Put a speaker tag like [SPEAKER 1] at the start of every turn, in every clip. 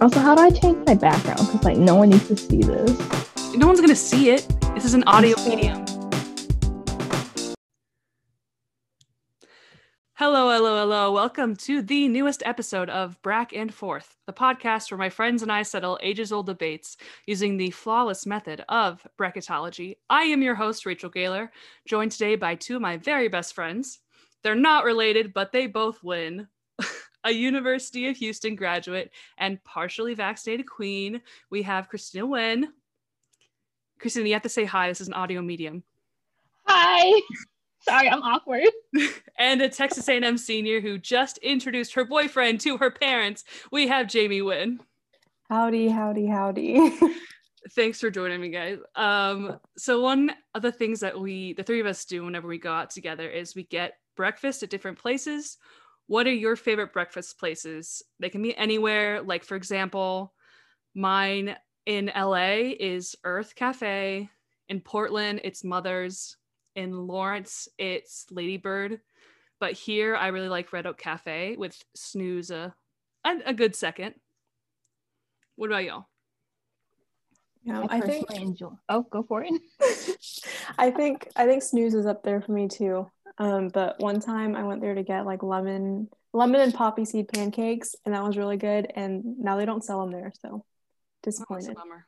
[SPEAKER 1] Also, how do I change my background? Because like no one needs to see this.
[SPEAKER 2] No one's gonna see it. This is an audio medium. Hello, hello, hello. Welcome to the newest episode of Brack and Forth, the podcast where my friends and I settle ages old debates using the flawless method of bracketology. I am your host, Rachel Gaylor, joined today by two of my very best friends. They're not related, but they both win. A University of Houston graduate and partially vaccinated queen. We have Christina Wynn. Christina, you have to say hi. This is an audio medium.
[SPEAKER 1] Hi. Sorry, I'm awkward.
[SPEAKER 2] and a Texas A&M senior who just introduced her boyfriend to her parents. We have Jamie Wynn.
[SPEAKER 3] Howdy, howdy, howdy.
[SPEAKER 2] Thanks for joining me, guys. Um, so one of the things that we, the three of us, do whenever we go out together is we get breakfast at different places. What are your favorite breakfast places? They can be anywhere. Like for example, mine in LA is Earth Cafe. In Portland, it's Mother's. In Lawrence, it's Ladybird. But here, I really like Red Oak Cafe with Snooze a, a, a good second. What about y'all?
[SPEAKER 3] Yeah, I think
[SPEAKER 1] enjoy. Oh, go for it.
[SPEAKER 3] I think I think snooze is up there for me too. Um, but one time I went there to get like lemon lemon and poppy seed pancakes, and that was really good. And now they don't sell them there, so
[SPEAKER 2] Oh, that's a
[SPEAKER 3] disappointed.
[SPEAKER 2] bummer.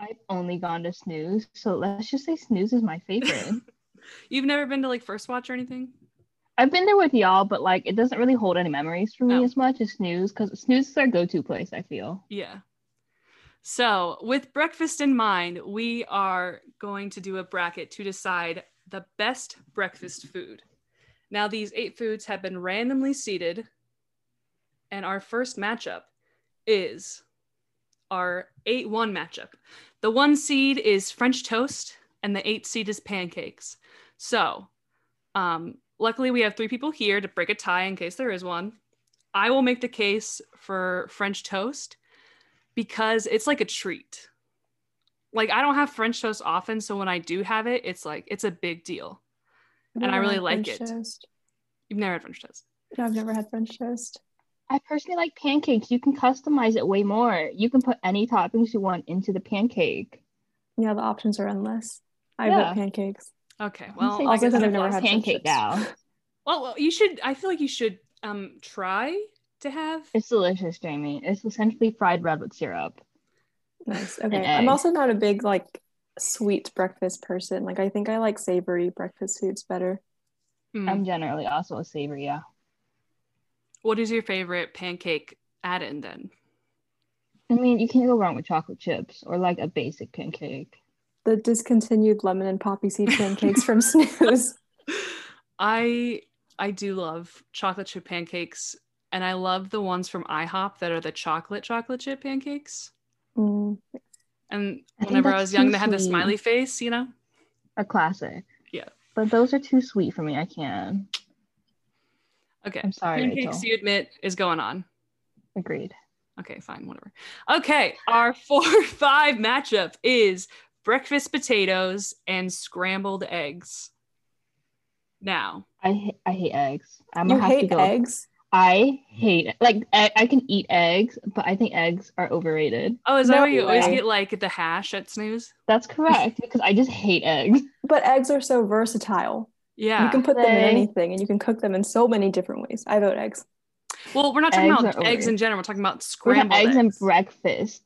[SPEAKER 1] I've only gone to snooze, so let's just say snooze is my favorite.
[SPEAKER 2] You've never been to like First Watch or anything?
[SPEAKER 1] I've been there with y'all, but like it doesn't really hold any memories for me
[SPEAKER 2] No.
[SPEAKER 1] as much as snooze because snooze is our go-to place. I feel.
[SPEAKER 2] Yeah. So, with breakfast in mind, we are going to do a bracket to decide the best breakfast food. Now, these eight foods have been randomly seeded, and our first matchup is our 8 1 matchup. The one seed is French toast, and the eight seed is pancakes. So, um, luckily, we have three people here to break a tie in case there is one. I will make the case for French toast because it's like a treat. Like I don't have French toast often, so when I do have it, it's like it's a big deal.
[SPEAKER 3] I've
[SPEAKER 2] and I
[SPEAKER 3] never
[SPEAKER 2] really
[SPEAKER 3] had
[SPEAKER 2] like
[SPEAKER 3] French
[SPEAKER 2] it.
[SPEAKER 3] Toast.
[SPEAKER 2] You've never had French toast.
[SPEAKER 3] No, I've never had French toast.
[SPEAKER 1] I personally like pancakes. You can customize it way more. You can put any toppings you want into the pancake.
[SPEAKER 3] Yeah, the options are endless. I
[SPEAKER 1] Yeah.
[SPEAKER 3] vote pancakes.
[SPEAKER 2] Okay,
[SPEAKER 1] I'm
[SPEAKER 2] well,
[SPEAKER 1] saying
[SPEAKER 2] like I
[SPEAKER 3] also
[SPEAKER 2] said,
[SPEAKER 3] I've
[SPEAKER 2] well,
[SPEAKER 3] never had French
[SPEAKER 1] pancake
[SPEAKER 3] toast.
[SPEAKER 1] now.
[SPEAKER 2] well, you should. I feel like you should um try to have.
[SPEAKER 1] It's delicious, Jamie. It's essentially fried bread with syrup.
[SPEAKER 3] Nice. Okay.
[SPEAKER 1] egg.
[SPEAKER 3] I'm also not a big like sweet breakfast person. Like I think I like savory breakfast foods better.
[SPEAKER 2] Hmm.
[SPEAKER 1] I'm generally also a savory. Yeah.
[SPEAKER 2] What is your favorite pancake add-in then?
[SPEAKER 1] I mean, you can't go wrong with chocolate chips or like a basic pancake.
[SPEAKER 3] The discontinued lemon and poppy seed pancakes from Snooze.
[SPEAKER 2] I I do love chocolate chip pancakes, and I love the ones from IHOP that are the chocolate chocolate chip pancakes.
[SPEAKER 3] Mm.
[SPEAKER 2] And
[SPEAKER 1] I think
[SPEAKER 2] whenever I
[SPEAKER 1] that's
[SPEAKER 2] was young,
[SPEAKER 1] too
[SPEAKER 2] they had the
[SPEAKER 1] sweet.
[SPEAKER 2] smiley face, you know.
[SPEAKER 1] A classic.
[SPEAKER 2] Yeah.
[SPEAKER 1] But those are too sweet for me. I can't.
[SPEAKER 2] Okay,
[SPEAKER 1] I'm sorry, Rachel.
[SPEAKER 2] pancakes you admit is going on.
[SPEAKER 1] Agreed.
[SPEAKER 2] Okay, fine, whatever. Okay, our four five matchup is breakfast potatoes and scrambled eggs. Now,
[SPEAKER 1] I ha- I hate eggs. I'm
[SPEAKER 3] You
[SPEAKER 1] gonna have to
[SPEAKER 3] hate
[SPEAKER 1] go.
[SPEAKER 3] eggs?
[SPEAKER 1] I hate like I, I can eat eggs, but I think eggs are overrated.
[SPEAKER 2] oh, is that
[SPEAKER 3] No
[SPEAKER 2] where you always
[SPEAKER 3] way.
[SPEAKER 2] get like the hash at snooze?
[SPEAKER 1] That's correct because I just hate eggs.
[SPEAKER 3] But eggs are so versatile.
[SPEAKER 2] Yeah.
[SPEAKER 1] Ah,
[SPEAKER 3] You can put them in
[SPEAKER 1] They-
[SPEAKER 3] anything and you can cook them in so many different ways. I vote eggs.
[SPEAKER 2] well, we're not talking
[SPEAKER 1] eggs
[SPEAKER 2] about
[SPEAKER 1] are
[SPEAKER 2] eggs in
[SPEAKER 1] overrated.
[SPEAKER 2] general. We're talking about
[SPEAKER 1] We have
[SPEAKER 2] scrambled
[SPEAKER 1] eggs
[SPEAKER 2] eggs.
[SPEAKER 1] and breakfast.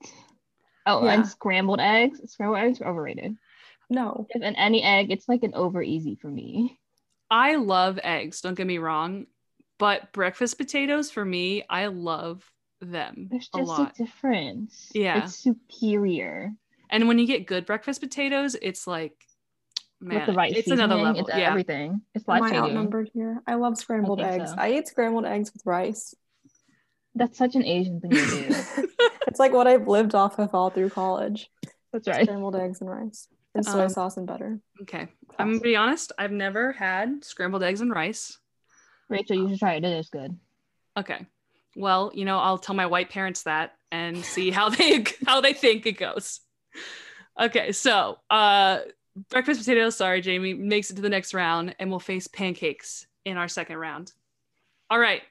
[SPEAKER 1] Oh,
[SPEAKER 3] Yeah.
[SPEAKER 1] and scrambled eggs. Scrambled eggs are overrated.
[SPEAKER 3] No.
[SPEAKER 1] If in any egg, it's like an over easy for me.
[SPEAKER 2] I love eggs. Don't get me wrong, but breakfast potatoes for me, I love them
[SPEAKER 1] There's
[SPEAKER 2] a
[SPEAKER 1] just a,
[SPEAKER 2] lot.
[SPEAKER 1] difference.
[SPEAKER 2] Yeah.
[SPEAKER 1] It's superior.
[SPEAKER 2] And when you get good breakfast potatoes, it's like, man,
[SPEAKER 1] With the right
[SPEAKER 2] it's another
[SPEAKER 1] seasoning,
[SPEAKER 2] level.
[SPEAKER 1] It's
[SPEAKER 2] yeah.
[SPEAKER 1] everything. It's
[SPEAKER 3] Am
[SPEAKER 1] life
[SPEAKER 3] I
[SPEAKER 1] changing.
[SPEAKER 3] outnumbered here? I love scrambled
[SPEAKER 1] think
[SPEAKER 3] eggs.
[SPEAKER 1] so.
[SPEAKER 3] I eat scrambled eggs with rice.
[SPEAKER 1] That's such an Asian thing to do.
[SPEAKER 3] it's like what I've lived off of all through college.
[SPEAKER 1] That's right.
[SPEAKER 3] Scrambled eggs and rice. And soy
[SPEAKER 2] Um,
[SPEAKER 3] sauce and butter.
[SPEAKER 2] Okay. I'm gonna be honest. I've never had scrambled eggs and rice.
[SPEAKER 1] Rachel, you should try it. It is good.
[SPEAKER 2] Okay. Well, you know, I'll tell my white parents that and see how they how they think it goes. Okay, so uh breakfast potatoes, sorry, Jamie, makes it to the next round and we'll face pancakes in our second round. All right.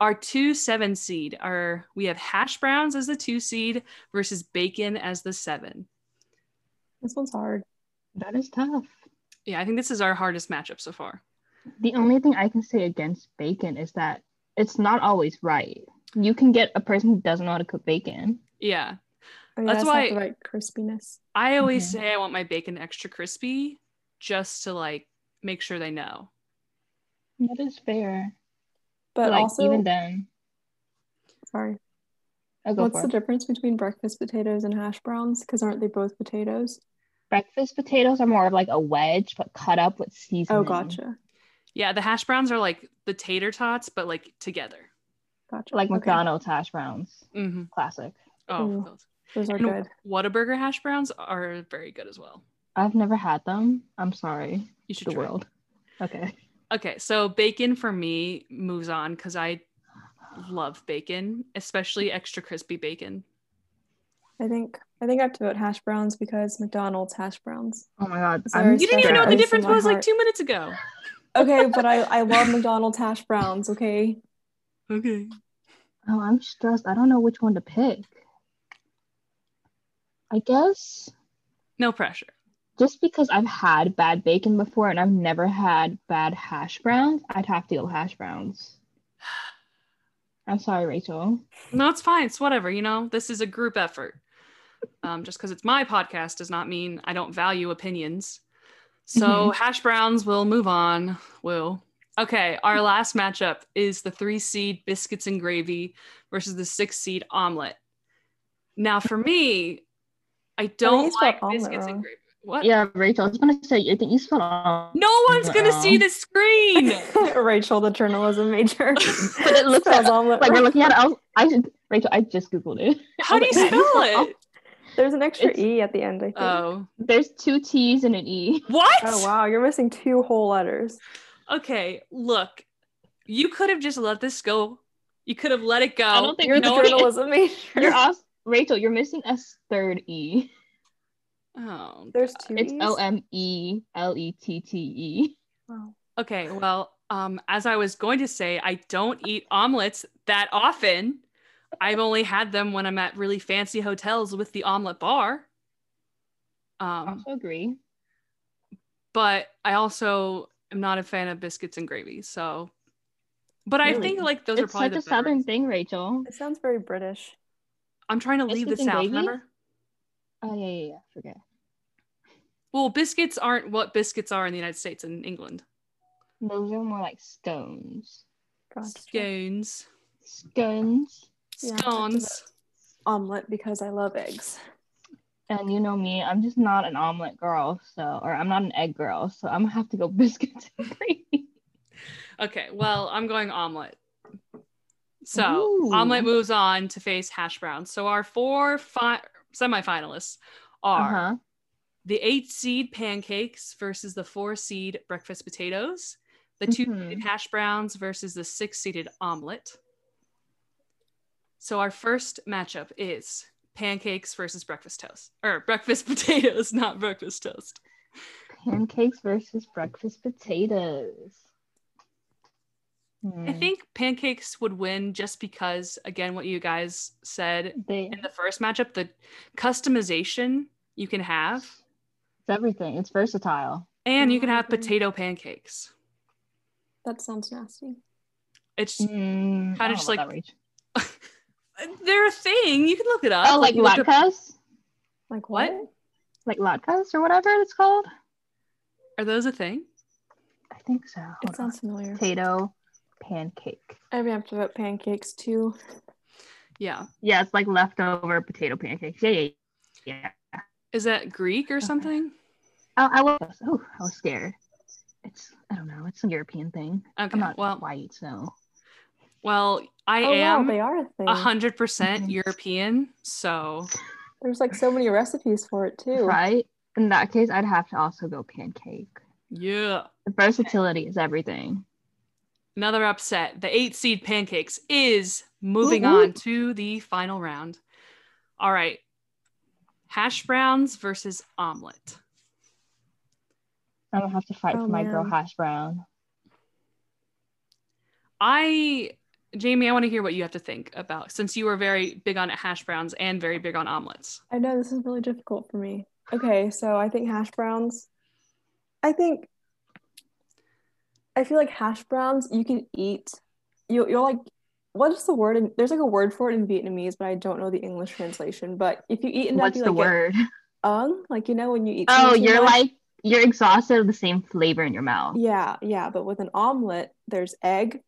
[SPEAKER 2] Our two seven seed are we have hash browns as the two seed versus bacon as the seven.
[SPEAKER 3] This one's hard.
[SPEAKER 1] That is tough.
[SPEAKER 2] Yeah, I think this is our hardest matchup so far.
[SPEAKER 1] The only thing I can say against bacon is that it's not always right. You can get a person who doesn't know how to cook bacon.
[SPEAKER 2] Yeah.
[SPEAKER 3] I mean,
[SPEAKER 2] That's
[SPEAKER 3] that's
[SPEAKER 2] why-
[SPEAKER 3] not the right crispiness.
[SPEAKER 2] I always
[SPEAKER 3] Mm-hmm.
[SPEAKER 1] Mhm.
[SPEAKER 2] say I want my bacon extra crispy just to like make sure they know.
[SPEAKER 1] That is fair.
[SPEAKER 3] But
[SPEAKER 1] like,
[SPEAKER 3] also,
[SPEAKER 1] even then,
[SPEAKER 3] sorry.
[SPEAKER 1] I'll go
[SPEAKER 3] What's
[SPEAKER 1] for
[SPEAKER 3] the
[SPEAKER 1] it.
[SPEAKER 3] difference between breakfast potatoes and hash browns? Because aren't they both potatoes?
[SPEAKER 1] breakfast potatoes are more of like a wedge, but cut up with seasoning.
[SPEAKER 3] Oh, gotcha.
[SPEAKER 2] Yeah, the hash browns are like the tater tots, but like together.
[SPEAKER 3] Gotcha.
[SPEAKER 1] Like
[SPEAKER 3] Okay.
[SPEAKER 1] McDonald's hash browns,
[SPEAKER 2] Mm-hmm.
[SPEAKER 1] classic.
[SPEAKER 2] Oh,
[SPEAKER 3] Ooh,
[SPEAKER 2] those.
[SPEAKER 3] Those are
[SPEAKER 2] And
[SPEAKER 3] good.
[SPEAKER 2] Whataburger hash browns are very good as well.
[SPEAKER 1] I've never had them. I'm sorry,
[SPEAKER 2] You should
[SPEAKER 1] the
[SPEAKER 2] try.
[SPEAKER 1] world. Okay.
[SPEAKER 2] Okay, so bacon for me moves on because I love bacon, especially extra crispy bacon.
[SPEAKER 3] I think I think I have to vote hash browns because McDonald's hash browns.
[SPEAKER 1] Oh my god,
[SPEAKER 3] Sorry,
[SPEAKER 2] You didn't even know what the
[SPEAKER 3] Yes, in
[SPEAKER 2] difference
[SPEAKER 3] my
[SPEAKER 2] was like
[SPEAKER 3] heart.
[SPEAKER 2] two minutes ago.
[SPEAKER 3] Okay, but I, I love McDonald's hash browns, okay?
[SPEAKER 2] Okay.
[SPEAKER 1] Oh, I'm stressed. I don't know which one to pick. I guess
[SPEAKER 2] No pressure.
[SPEAKER 1] just because I've had bad bacon before and I've never had bad hash browns, I'd have to go hash browns. I'm sorry, Rachel.
[SPEAKER 2] No, it's fine. It's whatever. You know, this is a group effort. Um, just because it's my podcast does not mean I don't value opinions. So hash browns will move on. Will. Okay, our last matchup is the three seed biscuits and gravy versus the six seed omelet. Now, for me, I don't
[SPEAKER 3] you spelled
[SPEAKER 2] like
[SPEAKER 3] omelet
[SPEAKER 2] biscuits and
[SPEAKER 3] wrong.
[SPEAKER 2] gravy. What?
[SPEAKER 1] Yeah, Rachel, I was gonna say, I think you spelled on,
[SPEAKER 2] No one's gonna
[SPEAKER 1] Wow.
[SPEAKER 2] see the screen.
[SPEAKER 3] Rachel, the journalism major.
[SPEAKER 1] but it looks like,
[SPEAKER 3] Spells omelet
[SPEAKER 1] like we're
[SPEAKER 3] wrong.
[SPEAKER 1] looking at it. I, was- I should, Rachel, I just googled it.
[SPEAKER 2] How do you spell it?
[SPEAKER 3] There's an extra
[SPEAKER 1] It's-
[SPEAKER 3] E at the end, I think.
[SPEAKER 2] Oh,
[SPEAKER 1] There's two T's and an E.
[SPEAKER 2] what?
[SPEAKER 3] oh wow, you're missing two whole letters.
[SPEAKER 2] Okay, look, you could have just let this go. You could have let it go.
[SPEAKER 1] I don't think
[SPEAKER 3] You're the
[SPEAKER 1] no
[SPEAKER 2] one-
[SPEAKER 3] journalism major.
[SPEAKER 1] You're also, Rachel, you're missing a third E.
[SPEAKER 2] Oh,
[SPEAKER 3] There's two
[SPEAKER 1] It's
[SPEAKER 3] E's?
[SPEAKER 1] O M E L E T T E.
[SPEAKER 3] Wow.
[SPEAKER 2] okay. Well, um, as I was going to say, I don't eat omelets that often. I've only had them when I'm at really fancy hotels with the omelet bar. Um,
[SPEAKER 1] Also agree.
[SPEAKER 2] but I also am not a fan of biscuits and gravy. So, but I
[SPEAKER 1] Really?
[SPEAKER 2] think like those are
[SPEAKER 1] It's
[SPEAKER 2] probably
[SPEAKER 1] such
[SPEAKER 2] the
[SPEAKER 1] a
[SPEAKER 2] better
[SPEAKER 1] southern
[SPEAKER 2] ones.
[SPEAKER 1] thing, Rachel.
[SPEAKER 3] It sounds very British.
[SPEAKER 2] I'm trying to leave the
[SPEAKER 1] Biscuits and
[SPEAKER 2] south.
[SPEAKER 1] gravy?
[SPEAKER 2] Remember?
[SPEAKER 1] Oh yeah, yeah, yeah. Forget.
[SPEAKER 2] Well, biscuits aren't what biscuits are in the United States and England.
[SPEAKER 1] Those are more like scones.
[SPEAKER 3] Gotcha.
[SPEAKER 2] Scones.
[SPEAKER 1] Scones.
[SPEAKER 3] Yeah.
[SPEAKER 2] Scones.
[SPEAKER 3] Omelet because I love eggs.
[SPEAKER 1] And you know me, I'm just not an omelet girl, so or I'm not an egg girl, so I'm gonna have to go biscuits and gravy.
[SPEAKER 2] Okay, well, I'm going omelet. So
[SPEAKER 1] Ooh.
[SPEAKER 2] omelet moves on to face hash browns. So our four fi- semifinalists are
[SPEAKER 1] Uh-huh.
[SPEAKER 2] the eight seed pancakes versus the four seed breakfast potatoes, the 2 seeded
[SPEAKER 1] Mhm.
[SPEAKER 2] hash browns versus the six seeded omelet. So our first matchup is pancakes versus breakfast toast or breakfast potatoes, not breakfast toast.
[SPEAKER 1] Pancakes versus breakfast potatoes.
[SPEAKER 2] I
[SPEAKER 1] Hmm.
[SPEAKER 2] think pancakes would win just because, again, what you guys said
[SPEAKER 1] they
[SPEAKER 2] in the first matchup, the customization you can have,
[SPEAKER 1] it's everything. It's versatile.
[SPEAKER 2] and you can have
[SPEAKER 3] Mhm.
[SPEAKER 1] Mm-hmm.
[SPEAKER 2] potato pancakes.
[SPEAKER 3] That sounds nasty.
[SPEAKER 2] It's
[SPEAKER 1] Mm,
[SPEAKER 2] Kinda
[SPEAKER 1] I don't know
[SPEAKER 2] just
[SPEAKER 1] about
[SPEAKER 2] like-
[SPEAKER 1] that, Rach.
[SPEAKER 2] they're a thing. You can look it up.
[SPEAKER 1] Mm. oh, like
[SPEAKER 2] You look up-
[SPEAKER 1] latkes,
[SPEAKER 3] Like
[SPEAKER 2] What?
[SPEAKER 3] what?
[SPEAKER 1] like latkes or whatever it's called.
[SPEAKER 2] Are those a thing?
[SPEAKER 1] I think so.
[SPEAKER 3] It
[SPEAKER 1] Hold on.
[SPEAKER 3] sounds familiar.
[SPEAKER 1] Potato pancake.
[SPEAKER 3] I may have to vote pancakes too.
[SPEAKER 2] Yeah.
[SPEAKER 1] Yeah, it's like leftover potato pancakes. Yeah, yeah, yeah.
[SPEAKER 2] Is that Greek or something?
[SPEAKER 1] I, I was oh, I was scared. It's I don't know. It's some European thing.
[SPEAKER 2] Okay.
[SPEAKER 1] I'm not
[SPEAKER 2] well,
[SPEAKER 1] white, so
[SPEAKER 2] well, I
[SPEAKER 3] oh wow,
[SPEAKER 2] am
[SPEAKER 3] they are a thing.
[SPEAKER 2] a hundred percent
[SPEAKER 1] Mhm.
[SPEAKER 2] European, so
[SPEAKER 3] There's like so many recipes for it too.
[SPEAKER 1] right. In that case, I'd have to also go pancake.
[SPEAKER 2] yeah.
[SPEAKER 1] The versatility is everything.
[SPEAKER 2] Another upset. The eight seed pancakes is moving
[SPEAKER 1] Woo, woo.
[SPEAKER 2] on to the final round. All right. Hash browns versus omelet.
[SPEAKER 1] I'm gonna have to fight
[SPEAKER 3] Oh,
[SPEAKER 1] for my girl
[SPEAKER 3] man.
[SPEAKER 1] hash brown.
[SPEAKER 2] I Jamie, I want to hear what you have to think about since you were very big on hash browns and very big on omelets.
[SPEAKER 3] I know this is really difficult for me. Okay, so I think hash browns. I think I feel like hash browns you can eat. You you're like what is the word? In, there's like a word for it in Vietnamese, but I don't know the English translation. But if you eat enough,
[SPEAKER 1] What's
[SPEAKER 3] you
[SPEAKER 1] the
[SPEAKER 3] like get
[SPEAKER 1] word?
[SPEAKER 3] ung, like you know when you eat.
[SPEAKER 1] Oh,
[SPEAKER 3] something too
[SPEAKER 1] you're
[SPEAKER 3] much.
[SPEAKER 1] like you're exhausted of the same flavor in your mouth.
[SPEAKER 3] Yeah, yeah, but with an omelet, there's egg,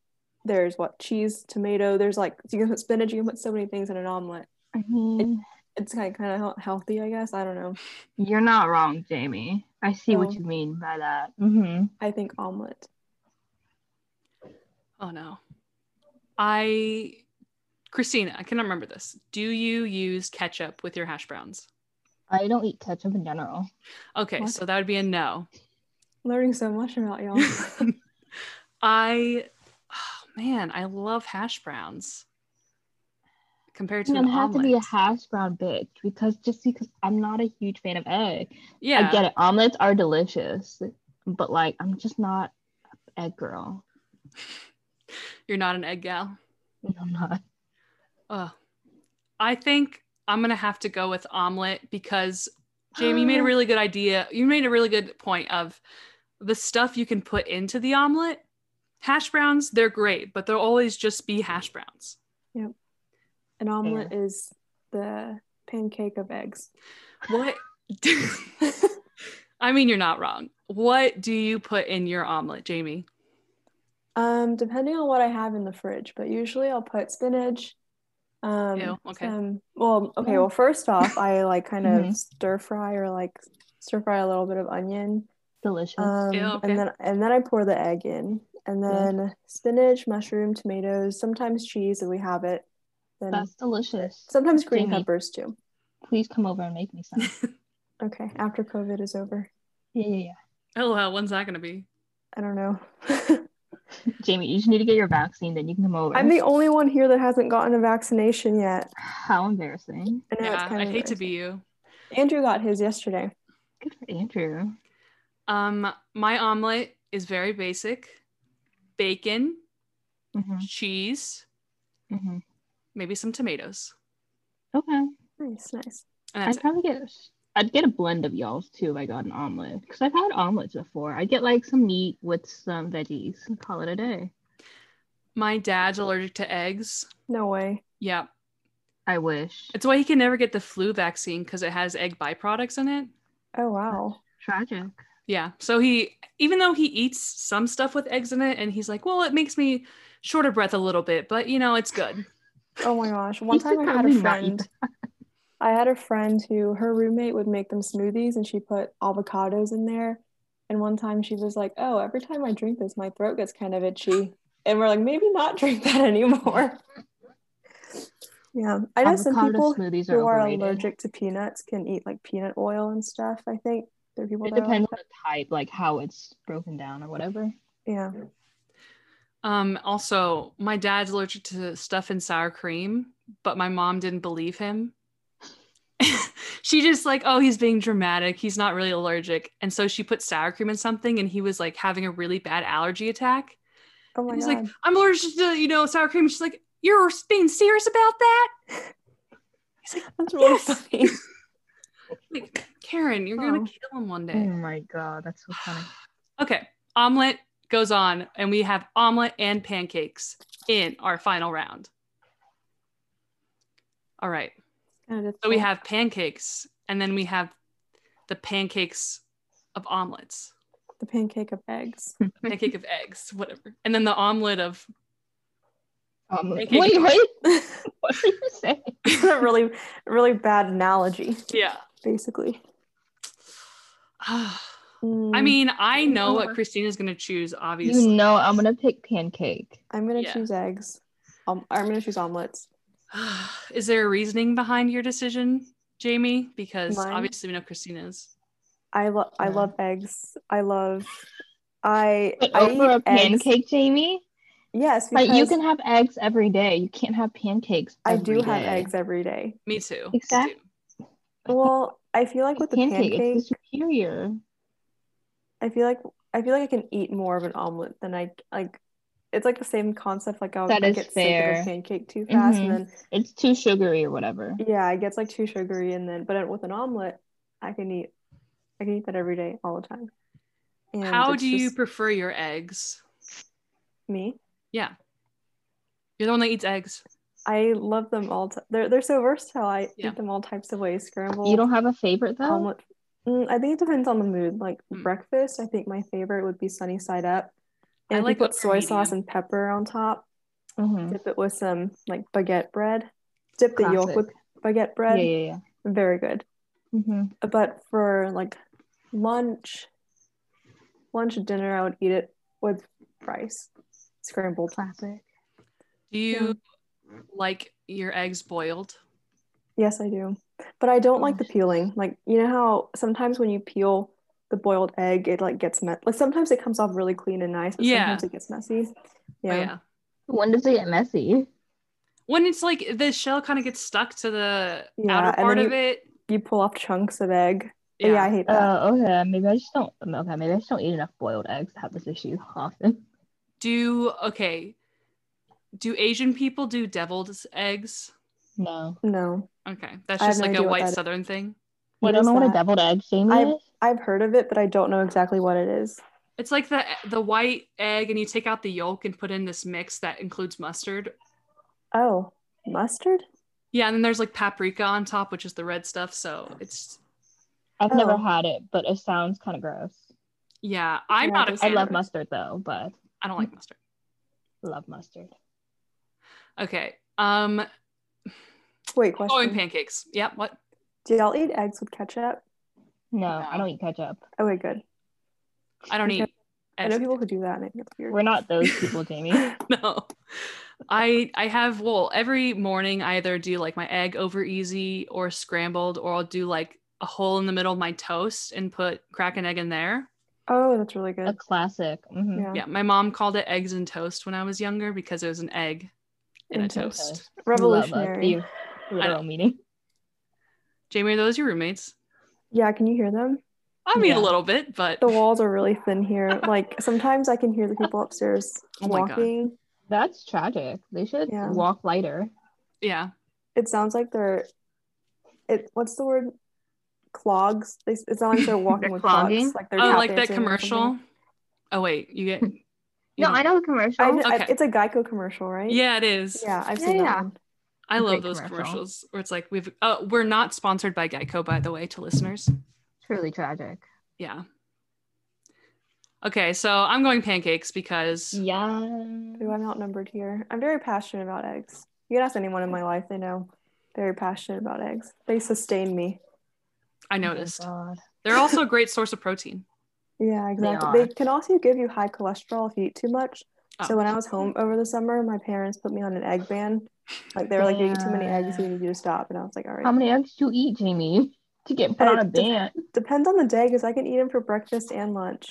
[SPEAKER 3] there's what cheese, tomato. There's like you can put spinach. You can put so many things in an omelet.
[SPEAKER 1] I mean,
[SPEAKER 3] It's kind of kind of healthy, I guess. I don't know.
[SPEAKER 1] you're not wrong, Jamie. I see
[SPEAKER 3] Oh.
[SPEAKER 1] what you mean by that. Mm-hmm.
[SPEAKER 3] I think omelet.
[SPEAKER 2] Oh no. I Christina, I cannot remember this. Do you use ketchup with your hash browns?
[SPEAKER 1] I don't eat ketchup in general.
[SPEAKER 2] Okay,
[SPEAKER 3] What?
[SPEAKER 2] so that would be a no.
[SPEAKER 3] Learning so much about y'all.
[SPEAKER 2] Um, I oh man, I love hash browns. Compared to
[SPEAKER 1] I'm
[SPEAKER 2] an
[SPEAKER 1] gonna have
[SPEAKER 2] omelet.
[SPEAKER 1] to be a hash brown bitch because just because I'm not a huge fan of egg.
[SPEAKER 2] yeah.
[SPEAKER 1] I get it. Omelets are delicious, but like I'm just not an egg girl.
[SPEAKER 2] You're not an egg gal.
[SPEAKER 1] I'm not.
[SPEAKER 2] Oh, I think I'm gonna have to go with omelet because Jamie you made a really good idea. You made a really good point of the stuff you can put into the omelet. Hash browns, they're great, but they'll always just be hash browns.
[SPEAKER 3] an omelet is the pancake of eggs.
[SPEAKER 2] What? I mean, you're not wrong. What do you put in your omelet, Jamie?
[SPEAKER 3] Um, depending on what I have in the fridge, but usually I'll put spinach. Um,
[SPEAKER 2] Ew, okay. Mm-hmm.
[SPEAKER 3] some- well, okay.
[SPEAKER 1] Yeah.
[SPEAKER 3] Well, first off, I like kind of
[SPEAKER 1] Mhm.
[SPEAKER 3] stir fry or like stir fry a little bit of onion.
[SPEAKER 1] Delicious.
[SPEAKER 3] Um,
[SPEAKER 2] Ew, okay.
[SPEAKER 3] and then and then I pour the egg in, and
[SPEAKER 1] Yeah.
[SPEAKER 3] then spinach, mushroom, tomatoes, sometimes cheese if we have it. Then
[SPEAKER 1] That's delicious.
[SPEAKER 3] sometimes green
[SPEAKER 1] Jamie.
[SPEAKER 3] peppers too.
[SPEAKER 1] Please come over and make me some.
[SPEAKER 3] Okay, after COVID is over,
[SPEAKER 1] yeah, yeah,
[SPEAKER 2] Oh, well, when's that gonna be?
[SPEAKER 3] I don't know.
[SPEAKER 1] yeah. Jamie, you just need to get your vaccine, then you can come over.
[SPEAKER 3] I'm the only one here that hasn't gotten a vaccination yet.
[SPEAKER 1] How embarrassing.
[SPEAKER 3] I know it's
[SPEAKER 2] yeah,
[SPEAKER 3] kind
[SPEAKER 2] I'd
[SPEAKER 3] of
[SPEAKER 2] hate to
[SPEAKER 3] embarrassing.
[SPEAKER 2] be you.
[SPEAKER 3] Andrew got his yesterday.
[SPEAKER 1] Good for Andrew.
[SPEAKER 2] Um, my omelet is very basic: bacon,
[SPEAKER 1] hmm
[SPEAKER 2] cheese,
[SPEAKER 1] hmm
[SPEAKER 2] maybe some tomatoes,
[SPEAKER 1] Okay.
[SPEAKER 3] Nice, nice.
[SPEAKER 2] and
[SPEAKER 1] I'd
[SPEAKER 2] that's it.
[SPEAKER 1] probably get I'd get a blend of y'all's too if I got an omelet. Because I've had omelets before. I'd get like some meat with some veggies and call it a day.
[SPEAKER 2] My dad's allergic to eggs.
[SPEAKER 3] No way.
[SPEAKER 2] Yeah.
[SPEAKER 1] I wish.
[SPEAKER 2] It's why he can never get the flu vaccine because it has egg byproducts in it.
[SPEAKER 3] Oh wow.
[SPEAKER 1] Tragic.
[SPEAKER 2] Yeah. So he, even though he eats some stuff with eggs in it, and he's like, well, it makes me short of breath a little bit, but you know, it's good.
[SPEAKER 3] Oh my gosh. One
[SPEAKER 1] You should
[SPEAKER 3] time I had a
[SPEAKER 1] probably not eat
[SPEAKER 3] friend. I had a friend who her roommate would make them smoothies and she put avocados in there. And one time she was like, Oh, every time I drink this, my throat gets kind of itchy. And we're like, maybe not drink that anymore. Yeah. I know some
[SPEAKER 1] Avocado
[SPEAKER 3] people
[SPEAKER 1] smoothies are
[SPEAKER 3] who are
[SPEAKER 1] overrated.
[SPEAKER 3] allergic to peanuts can eat like peanut oil and stuff. I think there are people
[SPEAKER 1] It
[SPEAKER 3] that are like
[SPEAKER 1] depends on the type, like how it's broken down or whatever.
[SPEAKER 3] that. Yeah.
[SPEAKER 2] Um, also, my dad's allergic to stuff in sour cream, but my mom didn't believe him. she just like, oh, he's being dramatic. He's not really allergic. And so she put sour cream in something, and he was like having a really bad allergy attack.
[SPEAKER 3] Oh my
[SPEAKER 2] He's
[SPEAKER 3] God.
[SPEAKER 2] like, I'm allergic to, you know, sour cream. She's like, You're being serious about that?
[SPEAKER 3] That's really
[SPEAKER 2] yes.
[SPEAKER 3] funny.
[SPEAKER 2] Like, Karen, you're
[SPEAKER 3] Oh.
[SPEAKER 2] going to kill him one
[SPEAKER 1] Oh
[SPEAKER 2] day.
[SPEAKER 1] my god, that's so funny.
[SPEAKER 2] Okay. Omelet goes on, and we have omelet and pancakes in our final round. All right.
[SPEAKER 3] Kinda
[SPEAKER 2] So we
[SPEAKER 3] difficult.
[SPEAKER 2] have pancakes, and then we have the pancakes of omelets,
[SPEAKER 3] the pancake of eggs.
[SPEAKER 1] Hmm.
[SPEAKER 2] pancake of eggs, whatever. And then the omelet of,
[SPEAKER 1] Um, wait,
[SPEAKER 2] Pancake.
[SPEAKER 1] wait, what are you saying?
[SPEAKER 3] It's a really, really bad analogy,
[SPEAKER 2] yeah.
[SPEAKER 3] basically.
[SPEAKER 2] I
[SPEAKER 3] Mm,
[SPEAKER 2] mean, I know what Christina's going to choose, obviously.
[SPEAKER 1] You know, I'm gonna pick pancake.
[SPEAKER 3] I'm gonna
[SPEAKER 2] yeah.
[SPEAKER 3] choose eggs. Um, I'm gonna choose omelets.
[SPEAKER 2] Is there a reasoning behind your decision, Jamie? Because
[SPEAKER 3] Mine?
[SPEAKER 2] obviously we know Christina's.
[SPEAKER 3] I love, I
[SPEAKER 1] Yeah.
[SPEAKER 3] love eggs. I love, I,
[SPEAKER 1] But
[SPEAKER 3] I
[SPEAKER 1] over
[SPEAKER 3] eat
[SPEAKER 1] a
[SPEAKER 3] eggs.
[SPEAKER 1] pancake, Jamie.
[SPEAKER 3] Yes,
[SPEAKER 1] Like you
[SPEAKER 3] because
[SPEAKER 1] can have eggs every day. You can't have pancakes.
[SPEAKER 3] I do
[SPEAKER 1] every
[SPEAKER 3] have
[SPEAKER 1] day.
[SPEAKER 3] eggs every day.
[SPEAKER 2] Me too.
[SPEAKER 1] Exact-
[SPEAKER 3] Well, I feel like with the
[SPEAKER 1] pancake,
[SPEAKER 3] pancake,
[SPEAKER 1] it's the superior.
[SPEAKER 3] I feel like I feel like I can eat more of an omelet than I like. it's like the same concept. Like I'll
[SPEAKER 1] That
[SPEAKER 3] I
[SPEAKER 1] is
[SPEAKER 3] get sick of
[SPEAKER 1] fair.
[SPEAKER 3] a pancake too fast,
[SPEAKER 1] Mhm.
[SPEAKER 3] and
[SPEAKER 1] It's too sugary or whatever.
[SPEAKER 3] then yeah, it gets like too sugary, and then but with an omelet, I can eat, I can eat that every day, all the time. And
[SPEAKER 2] How
[SPEAKER 3] it's
[SPEAKER 2] do you
[SPEAKER 3] just
[SPEAKER 2] prefer your eggs?
[SPEAKER 3] me?
[SPEAKER 2] Yeah. You're the one that eats eggs.
[SPEAKER 3] I love them all. T- they're they're so versatile. I
[SPEAKER 2] Yeah.
[SPEAKER 3] eat them all types of ways. Scrambled.
[SPEAKER 1] You don't have a favorite though?
[SPEAKER 3] omelet. Mm, I think it depends on the mood. Like
[SPEAKER 2] Mm.
[SPEAKER 3] breakfast, I think my favorite would be sunny side up.
[SPEAKER 2] I
[SPEAKER 3] And if
[SPEAKER 2] like
[SPEAKER 3] you put
[SPEAKER 2] over
[SPEAKER 3] soy sauce
[SPEAKER 2] medium.
[SPEAKER 3] and pepper on top,
[SPEAKER 1] Mhm.
[SPEAKER 3] dip it with some like baguette bread. Dip the yolk
[SPEAKER 1] Classic.
[SPEAKER 3] with baguette
[SPEAKER 1] Yeah,
[SPEAKER 3] bread.
[SPEAKER 1] yeah,
[SPEAKER 3] Very good.
[SPEAKER 1] yeah. hmm
[SPEAKER 3] But for like lunch, lunch and dinner, I would eat it with rice, scrambled.
[SPEAKER 1] Classic.
[SPEAKER 2] Do you like your eggs boiled? Oh,
[SPEAKER 3] Yes, I do. But I don't like the peeling. Like, you know how sometimes when you peel the boiled egg, it like gets messy. Like sometimes it comes off really clean and nice, but
[SPEAKER 2] Yeah.
[SPEAKER 3] sometimes it gets messy.
[SPEAKER 2] Oh,
[SPEAKER 3] Yeah.
[SPEAKER 2] yeah.
[SPEAKER 1] When does it get messy?
[SPEAKER 2] When it's like the shell kind of gets stuck to the
[SPEAKER 3] Yeah,
[SPEAKER 2] outer
[SPEAKER 3] and
[SPEAKER 2] part
[SPEAKER 3] then
[SPEAKER 2] of it.
[SPEAKER 3] You pull off chunks of egg. Yeah, I hate
[SPEAKER 1] Oh,
[SPEAKER 3] that.
[SPEAKER 1] okay. Maybe I just don't. um, Okay, maybe I just don't eat enough boiled eggs to have this issue often.
[SPEAKER 2] Do okay. Do Asian people do deviled eggs?
[SPEAKER 1] No,
[SPEAKER 3] no.
[SPEAKER 2] Okay, that's
[SPEAKER 3] I have
[SPEAKER 2] just
[SPEAKER 3] no
[SPEAKER 2] like a
[SPEAKER 3] idea what
[SPEAKER 2] white
[SPEAKER 3] that is.
[SPEAKER 2] Southern thing.
[SPEAKER 1] you
[SPEAKER 3] What
[SPEAKER 1] don't
[SPEAKER 3] is
[SPEAKER 1] know what a
[SPEAKER 3] that?
[SPEAKER 1] deviled egg shamey
[SPEAKER 3] I-
[SPEAKER 1] is?
[SPEAKER 3] I've heard of it, but I don't know exactly what it is.
[SPEAKER 2] It's like the the white egg, and you take out the yolk and put in this mix that includes mustard.
[SPEAKER 3] Oh, mustard?
[SPEAKER 2] Yeah, and then there's like paprika on top, which is the red stuff. So it's
[SPEAKER 1] I've never
[SPEAKER 3] Oh.
[SPEAKER 1] had it, but it sounds kind of gross.
[SPEAKER 2] yeah. I'm
[SPEAKER 3] Yeah, Mm.
[SPEAKER 2] not a
[SPEAKER 3] that's-
[SPEAKER 1] I
[SPEAKER 2] fan.
[SPEAKER 1] love mustard though, but
[SPEAKER 2] I don't like mustard.
[SPEAKER 1] love mustard.
[SPEAKER 2] Okay. Um,
[SPEAKER 3] Wait,
[SPEAKER 2] oh, and
[SPEAKER 3] question.
[SPEAKER 2] pancakes. Yeah. What?
[SPEAKER 3] Do y'all eat eggs with ketchup?
[SPEAKER 1] No,
[SPEAKER 2] No.
[SPEAKER 1] I don't eat ketchup.
[SPEAKER 3] Oh, wait, good.
[SPEAKER 2] I don't
[SPEAKER 3] Okay.
[SPEAKER 2] eat.
[SPEAKER 3] I know people who do that and it gets weird.
[SPEAKER 1] We're not those people, Jamie.
[SPEAKER 2] no i i have well every morning i either do like my egg over easy or scrambled or i'll do like a hole in the middle of my toast and put crack an egg in there
[SPEAKER 3] Oh, that's really good.
[SPEAKER 1] a classic. hmm
[SPEAKER 3] Yeah.
[SPEAKER 2] yeah my mom called it eggs and toast when i was younger because it was an egg in a
[SPEAKER 3] And
[SPEAKER 2] toast,
[SPEAKER 3] Revolutionary.
[SPEAKER 1] Literal meaning.
[SPEAKER 2] jamie are those your roommates
[SPEAKER 3] Yeah, can you hear them?
[SPEAKER 2] i mean
[SPEAKER 1] Yeah.
[SPEAKER 2] a little bit but
[SPEAKER 3] The walls are really thin here. Like sometimes I can hear the people upstairs
[SPEAKER 2] Oh my God.
[SPEAKER 3] walking.
[SPEAKER 1] That's tragic. They should
[SPEAKER 3] Yeah.
[SPEAKER 1] walk lighter.
[SPEAKER 2] yeah
[SPEAKER 3] It sounds like they're it what's the word? Clogs. They, it sounds like they're walking
[SPEAKER 1] They're
[SPEAKER 3] with
[SPEAKER 1] clogging?
[SPEAKER 3] clogs. Like they're
[SPEAKER 2] oh
[SPEAKER 3] tap
[SPEAKER 2] like that
[SPEAKER 3] dancing or
[SPEAKER 2] commercial
[SPEAKER 3] something.
[SPEAKER 2] oh wait you get you
[SPEAKER 1] No,
[SPEAKER 2] don't-
[SPEAKER 1] I know the commercial.
[SPEAKER 3] I, I-
[SPEAKER 2] Oh, Okay.
[SPEAKER 3] it's a Geico commercial, right?
[SPEAKER 2] yeah it is
[SPEAKER 3] Yeah, I've
[SPEAKER 1] Yeah,
[SPEAKER 3] seen
[SPEAKER 1] yeah.
[SPEAKER 3] that one.
[SPEAKER 2] I love
[SPEAKER 1] Great
[SPEAKER 2] those
[SPEAKER 1] commercial.
[SPEAKER 2] commercials where it's like we've uh, we're not sponsored by Geico by the way to listeners.
[SPEAKER 1] Truly tragic.
[SPEAKER 2] Yeah. Okay, so I'm going pancakes because
[SPEAKER 1] Yeah.
[SPEAKER 3] Ooh, I'm outnumbered here. I'm very passionate about eggs. You can ask anyone in my life, they know. Very passionate about eggs. They sustain me.
[SPEAKER 2] I noticed.
[SPEAKER 1] Oh God.
[SPEAKER 2] They're also a great source of protein.
[SPEAKER 3] Yeah, exactly. They,
[SPEAKER 1] are.
[SPEAKER 3] can also give you high cholesterol if you eat too much.
[SPEAKER 2] Oh.
[SPEAKER 3] So when I was home over the summer, my parents put me on an egg ban. Like they were like, "You eat too many eggs, we need you to stop." And I was like, "All right."
[SPEAKER 1] How many eggs do you eat, Jamie, to get put
[SPEAKER 3] I-
[SPEAKER 1] on a ban?
[SPEAKER 3] Depends on the day, because I can eat them for breakfast and lunch.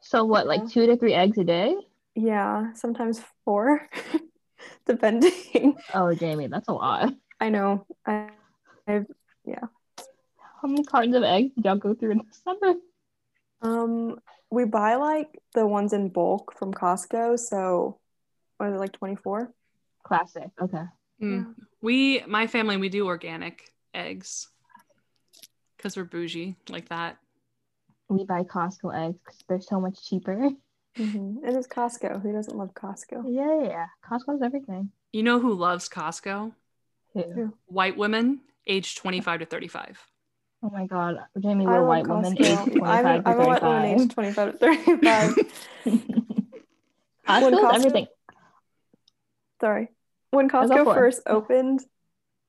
[SPEAKER 1] So what,
[SPEAKER 3] Mm-hmm.
[SPEAKER 1] like two to three eggs a day?
[SPEAKER 3] Yeah, sometimes four, depending.
[SPEAKER 1] Oh, Jamie, that's a lot.
[SPEAKER 3] I know. I, I've
[SPEAKER 1] How many cartons of eggs did y'all go through in the summer?
[SPEAKER 3] um we buy like the ones in bulk from Costco, so what are they like twenty four?
[SPEAKER 1] Classic. Okay.
[SPEAKER 2] Mm. We my family we do organic eggs because we're bougie like that.
[SPEAKER 1] We buy Costco eggs because they're so much cheaper.
[SPEAKER 3] Mm-hmm. And it's Costco. Who doesn't love Costco?
[SPEAKER 1] Yeah, yeah. Costco's everything.
[SPEAKER 2] You know who loves Costco?
[SPEAKER 1] Too.
[SPEAKER 2] White women aged 25 to 35.
[SPEAKER 1] Oh my God, Jamie,
[SPEAKER 3] I
[SPEAKER 1] we're
[SPEAKER 3] love
[SPEAKER 1] white women
[SPEAKER 3] Costco.
[SPEAKER 1] aged
[SPEAKER 3] I'm,
[SPEAKER 1] 25
[SPEAKER 3] I'm a
[SPEAKER 1] to
[SPEAKER 3] white woman
[SPEAKER 1] 35.
[SPEAKER 3] aged 25 to 35.
[SPEAKER 1] Costco's
[SPEAKER 3] Costco-
[SPEAKER 1] everything.
[SPEAKER 3] Sorry. When
[SPEAKER 1] go
[SPEAKER 3] Costco
[SPEAKER 1] for it.
[SPEAKER 3] first opened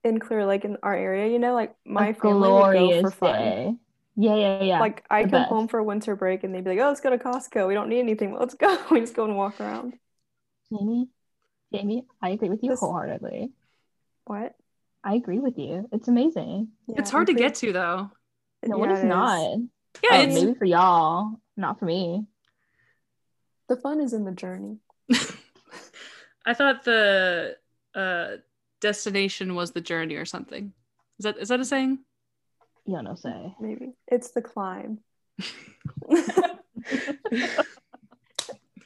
[SPEAKER 3] in Clear Lake in our area, you know, like my
[SPEAKER 1] A
[SPEAKER 3] family would go for
[SPEAKER 1] glorious
[SPEAKER 3] fun.
[SPEAKER 1] day. Yeah, yeah, yeah.
[SPEAKER 3] Like I
[SPEAKER 1] the
[SPEAKER 3] come
[SPEAKER 1] best.
[SPEAKER 3] home for winter break and they'd be like, "Oh, let's go to Costco. We don't need anything. But let's go." We just go and walk around.
[SPEAKER 1] Jamie, Jamie, I agree with you
[SPEAKER 3] This-
[SPEAKER 1] wholeheartedly.
[SPEAKER 3] What?
[SPEAKER 1] I agree with you. It's amazing.
[SPEAKER 2] it's hard to get to though.
[SPEAKER 1] No, it is not.
[SPEAKER 2] Yeah,
[SPEAKER 1] Oh,
[SPEAKER 2] it's,
[SPEAKER 1] maybe for y'all, not for me.
[SPEAKER 3] The fun is in the journey.
[SPEAKER 2] I thought the uh, destination was the journey or something. Is that is that a saying?
[SPEAKER 1] You don't know, say.
[SPEAKER 3] Maybe it's the climb. and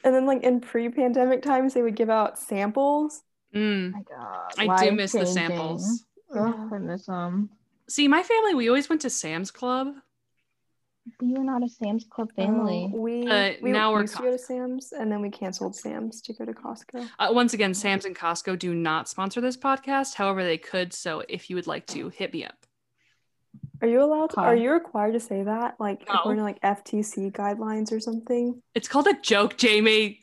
[SPEAKER 3] then like in pre-pandemic times they would give out samples
[SPEAKER 2] Mm,
[SPEAKER 1] my God.
[SPEAKER 2] I do
[SPEAKER 1] life
[SPEAKER 2] miss the
[SPEAKER 1] changing.
[SPEAKER 2] samples.
[SPEAKER 1] Ugh, I miss them.
[SPEAKER 2] See, my family, we always went to Sam's Club.
[SPEAKER 1] But You're not a Sam's Club
[SPEAKER 3] Um,
[SPEAKER 1] family.
[SPEAKER 3] we,
[SPEAKER 2] Uh,
[SPEAKER 3] we
[SPEAKER 2] now we're
[SPEAKER 3] used to go to sam's and then we canceled sam's to go to costco
[SPEAKER 2] Uh, once again, Sam's and Costco do not sponsor this podcast. However, they could. So if you would like to, hit me up.
[SPEAKER 3] are you allowed
[SPEAKER 1] Huh.
[SPEAKER 3] are you required to say that like
[SPEAKER 2] No.
[SPEAKER 3] according to like ftc guidelines or something
[SPEAKER 2] It's called a joke, Jamie.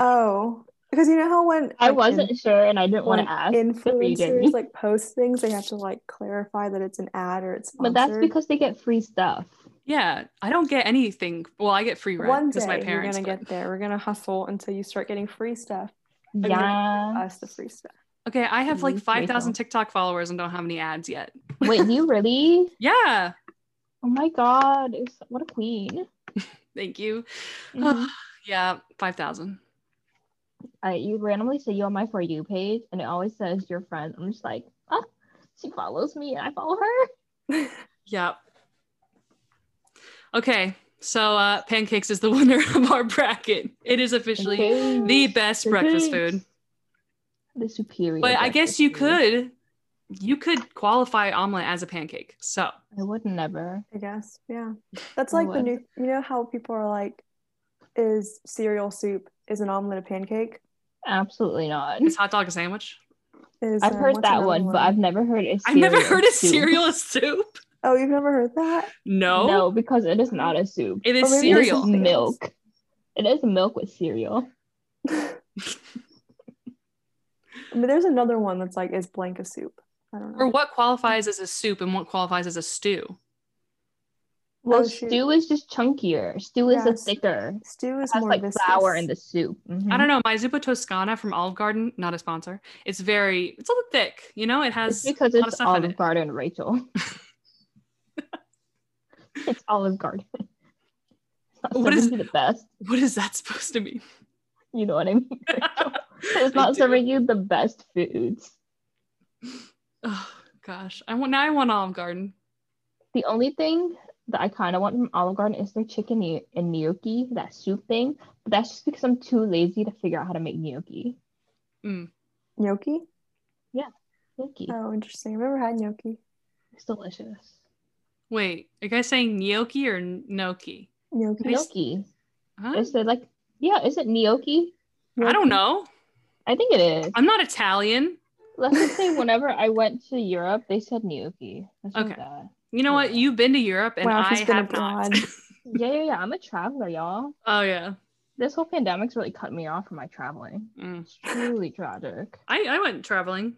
[SPEAKER 3] oh because you know how when
[SPEAKER 1] I
[SPEAKER 3] like,
[SPEAKER 1] wasn't sure and I didn't want
[SPEAKER 3] when
[SPEAKER 1] to ask. Good for you, Jamie.
[SPEAKER 3] influencers like post things they have to like clarify that it's an ad or it's
[SPEAKER 1] But that's
[SPEAKER 3] sponsored.
[SPEAKER 1] because they get free stuff.
[SPEAKER 2] Yeah, I don't get anything. Well, I get free rent
[SPEAKER 3] one
[SPEAKER 2] because
[SPEAKER 3] day
[SPEAKER 2] my parents.
[SPEAKER 3] you're gonna
[SPEAKER 2] but-
[SPEAKER 3] get there we're gonna hustle until you start getting free stuff mean,
[SPEAKER 1] Yeah.
[SPEAKER 3] us the free stuff
[SPEAKER 2] Okay, I have like
[SPEAKER 1] Mhm,
[SPEAKER 2] five thousand
[SPEAKER 1] Rachel.
[SPEAKER 2] TikTok followers and don't have any ads yet.
[SPEAKER 1] Wait, do you really?
[SPEAKER 2] Yeah,
[SPEAKER 1] Oh my God. It's, what a queen.
[SPEAKER 2] thank you.
[SPEAKER 3] Mm-hmm.
[SPEAKER 1] Mhm.
[SPEAKER 2] Yeah, five thousand.
[SPEAKER 1] I, you randomly say you on my For You page and it always says your friend. I'm just like, oh, she follows me and I follow her.
[SPEAKER 2] Yep. Okay, so uh, pancakes is the winner of our bracket. It is officially
[SPEAKER 1] Okay.
[SPEAKER 2] the best breakfast
[SPEAKER 1] Pancakes.
[SPEAKER 2] food.
[SPEAKER 1] The superior.
[SPEAKER 2] But I guess
[SPEAKER 1] breakfast
[SPEAKER 2] you
[SPEAKER 1] food.
[SPEAKER 2] could, you could qualify omelet as a pancake. So
[SPEAKER 1] I would never.
[SPEAKER 3] i guess yeah that's
[SPEAKER 1] I
[SPEAKER 3] like the
[SPEAKER 1] would.
[SPEAKER 3] new you know how people are like is cereal soup is an omelet a pancake
[SPEAKER 1] Absolutely not.
[SPEAKER 2] is hot dog a sandwich?
[SPEAKER 3] is
[SPEAKER 1] I've
[SPEAKER 3] um,
[SPEAKER 1] heard
[SPEAKER 3] what's
[SPEAKER 1] that
[SPEAKER 3] another
[SPEAKER 1] one, but I've never heard it.
[SPEAKER 2] I've never heard of cereal as soup.
[SPEAKER 3] oh you've never heard that
[SPEAKER 2] No,
[SPEAKER 1] No, because it is not a soup.
[SPEAKER 2] it is
[SPEAKER 3] Or maybe
[SPEAKER 1] It is
[SPEAKER 2] cereal.
[SPEAKER 3] something else.
[SPEAKER 1] milk. It is milk with cereal.
[SPEAKER 3] I mean, there's another one that's like is blank a soup i don't
[SPEAKER 2] Or
[SPEAKER 3] know
[SPEAKER 2] what qualifies as a soup and what qualifies as a stew?
[SPEAKER 1] Well,
[SPEAKER 3] Oh, shoot.
[SPEAKER 1] stew is just chunkier. Stew is a
[SPEAKER 3] Yes.
[SPEAKER 1] thicker.
[SPEAKER 3] stew is
[SPEAKER 1] It has
[SPEAKER 3] more
[SPEAKER 1] like
[SPEAKER 3] viscous.
[SPEAKER 1] flour in the soup. Mm-hmm.
[SPEAKER 2] I don't know. My Zuppa Toscana from Olive Garden, not a sponsor. It's very, it's a little thick. You know, it
[SPEAKER 1] know.
[SPEAKER 2] has
[SPEAKER 1] It's because
[SPEAKER 2] a lot of
[SPEAKER 1] it's
[SPEAKER 2] stuff in
[SPEAKER 1] Olive
[SPEAKER 2] it.
[SPEAKER 1] Garden, Rachel. it's Olive Garden. It's not
[SPEAKER 2] What is-
[SPEAKER 1] serving you the best?
[SPEAKER 2] What is that supposed to mean?
[SPEAKER 1] You know what I mean?
[SPEAKER 2] I
[SPEAKER 1] It's not
[SPEAKER 2] do.
[SPEAKER 1] serving you the best foods.
[SPEAKER 2] Oh gosh, I want now. I want Olive Garden.
[SPEAKER 1] The only thing that I kind of want from Olive Garden is their chicken gna- and gnocchi, that soup thing. But that's just because I'm too lazy to figure out how to make gnocchi.
[SPEAKER 3] gnocchi
[SPEAKER 1] Gnocchi.
[SPEAKER 3] oh interesting i've never had gnocchi
[SPEAKER 1] It's delicious.
[SPEAKER 2] Wait, are you guys saying gnocchi or gnocchi?
[SPEAKER 3] gnocchi
[SPEAKER 1] Gnocchi.
[SPEAKER 2] Huh?
[SPEAKER 1] Is it like, yeah, is it gnocchi?
[SPEAKER 2] I don't know.
[SPEAKER 1] I think it is.
[SPEAKER 2] I'm not Italian.
[SPEAKER 1] Let's just say whenever I went to Europe, they said gnocchi. That's what
[SPEAKER 2] Okay.
[SPEAKER 1] that.
[SPEAKER 2] You know what?
[SPEAKER 1] Yeah.
[SPEAKER 2] You've been to Europe and
[SPEAKER 3] Wow,
[SPEAKER 2] I
[SPEAKER 3] she's been
[SPEAKER 2] have not.
[SPEAKER 3] abroad.
[SPEAKER 1] Yeah, yeah, yeah. I'm a traveler, y'all.
[SPEAKER 2] oh yeah.
[SPEAKER 1] This whole pandemic's really cut me off from my traveling.
[SPEAKER 2] Mm.
[SPEAKER 1] It's truly tragic.
[SPEAKER 2] I, I went traveling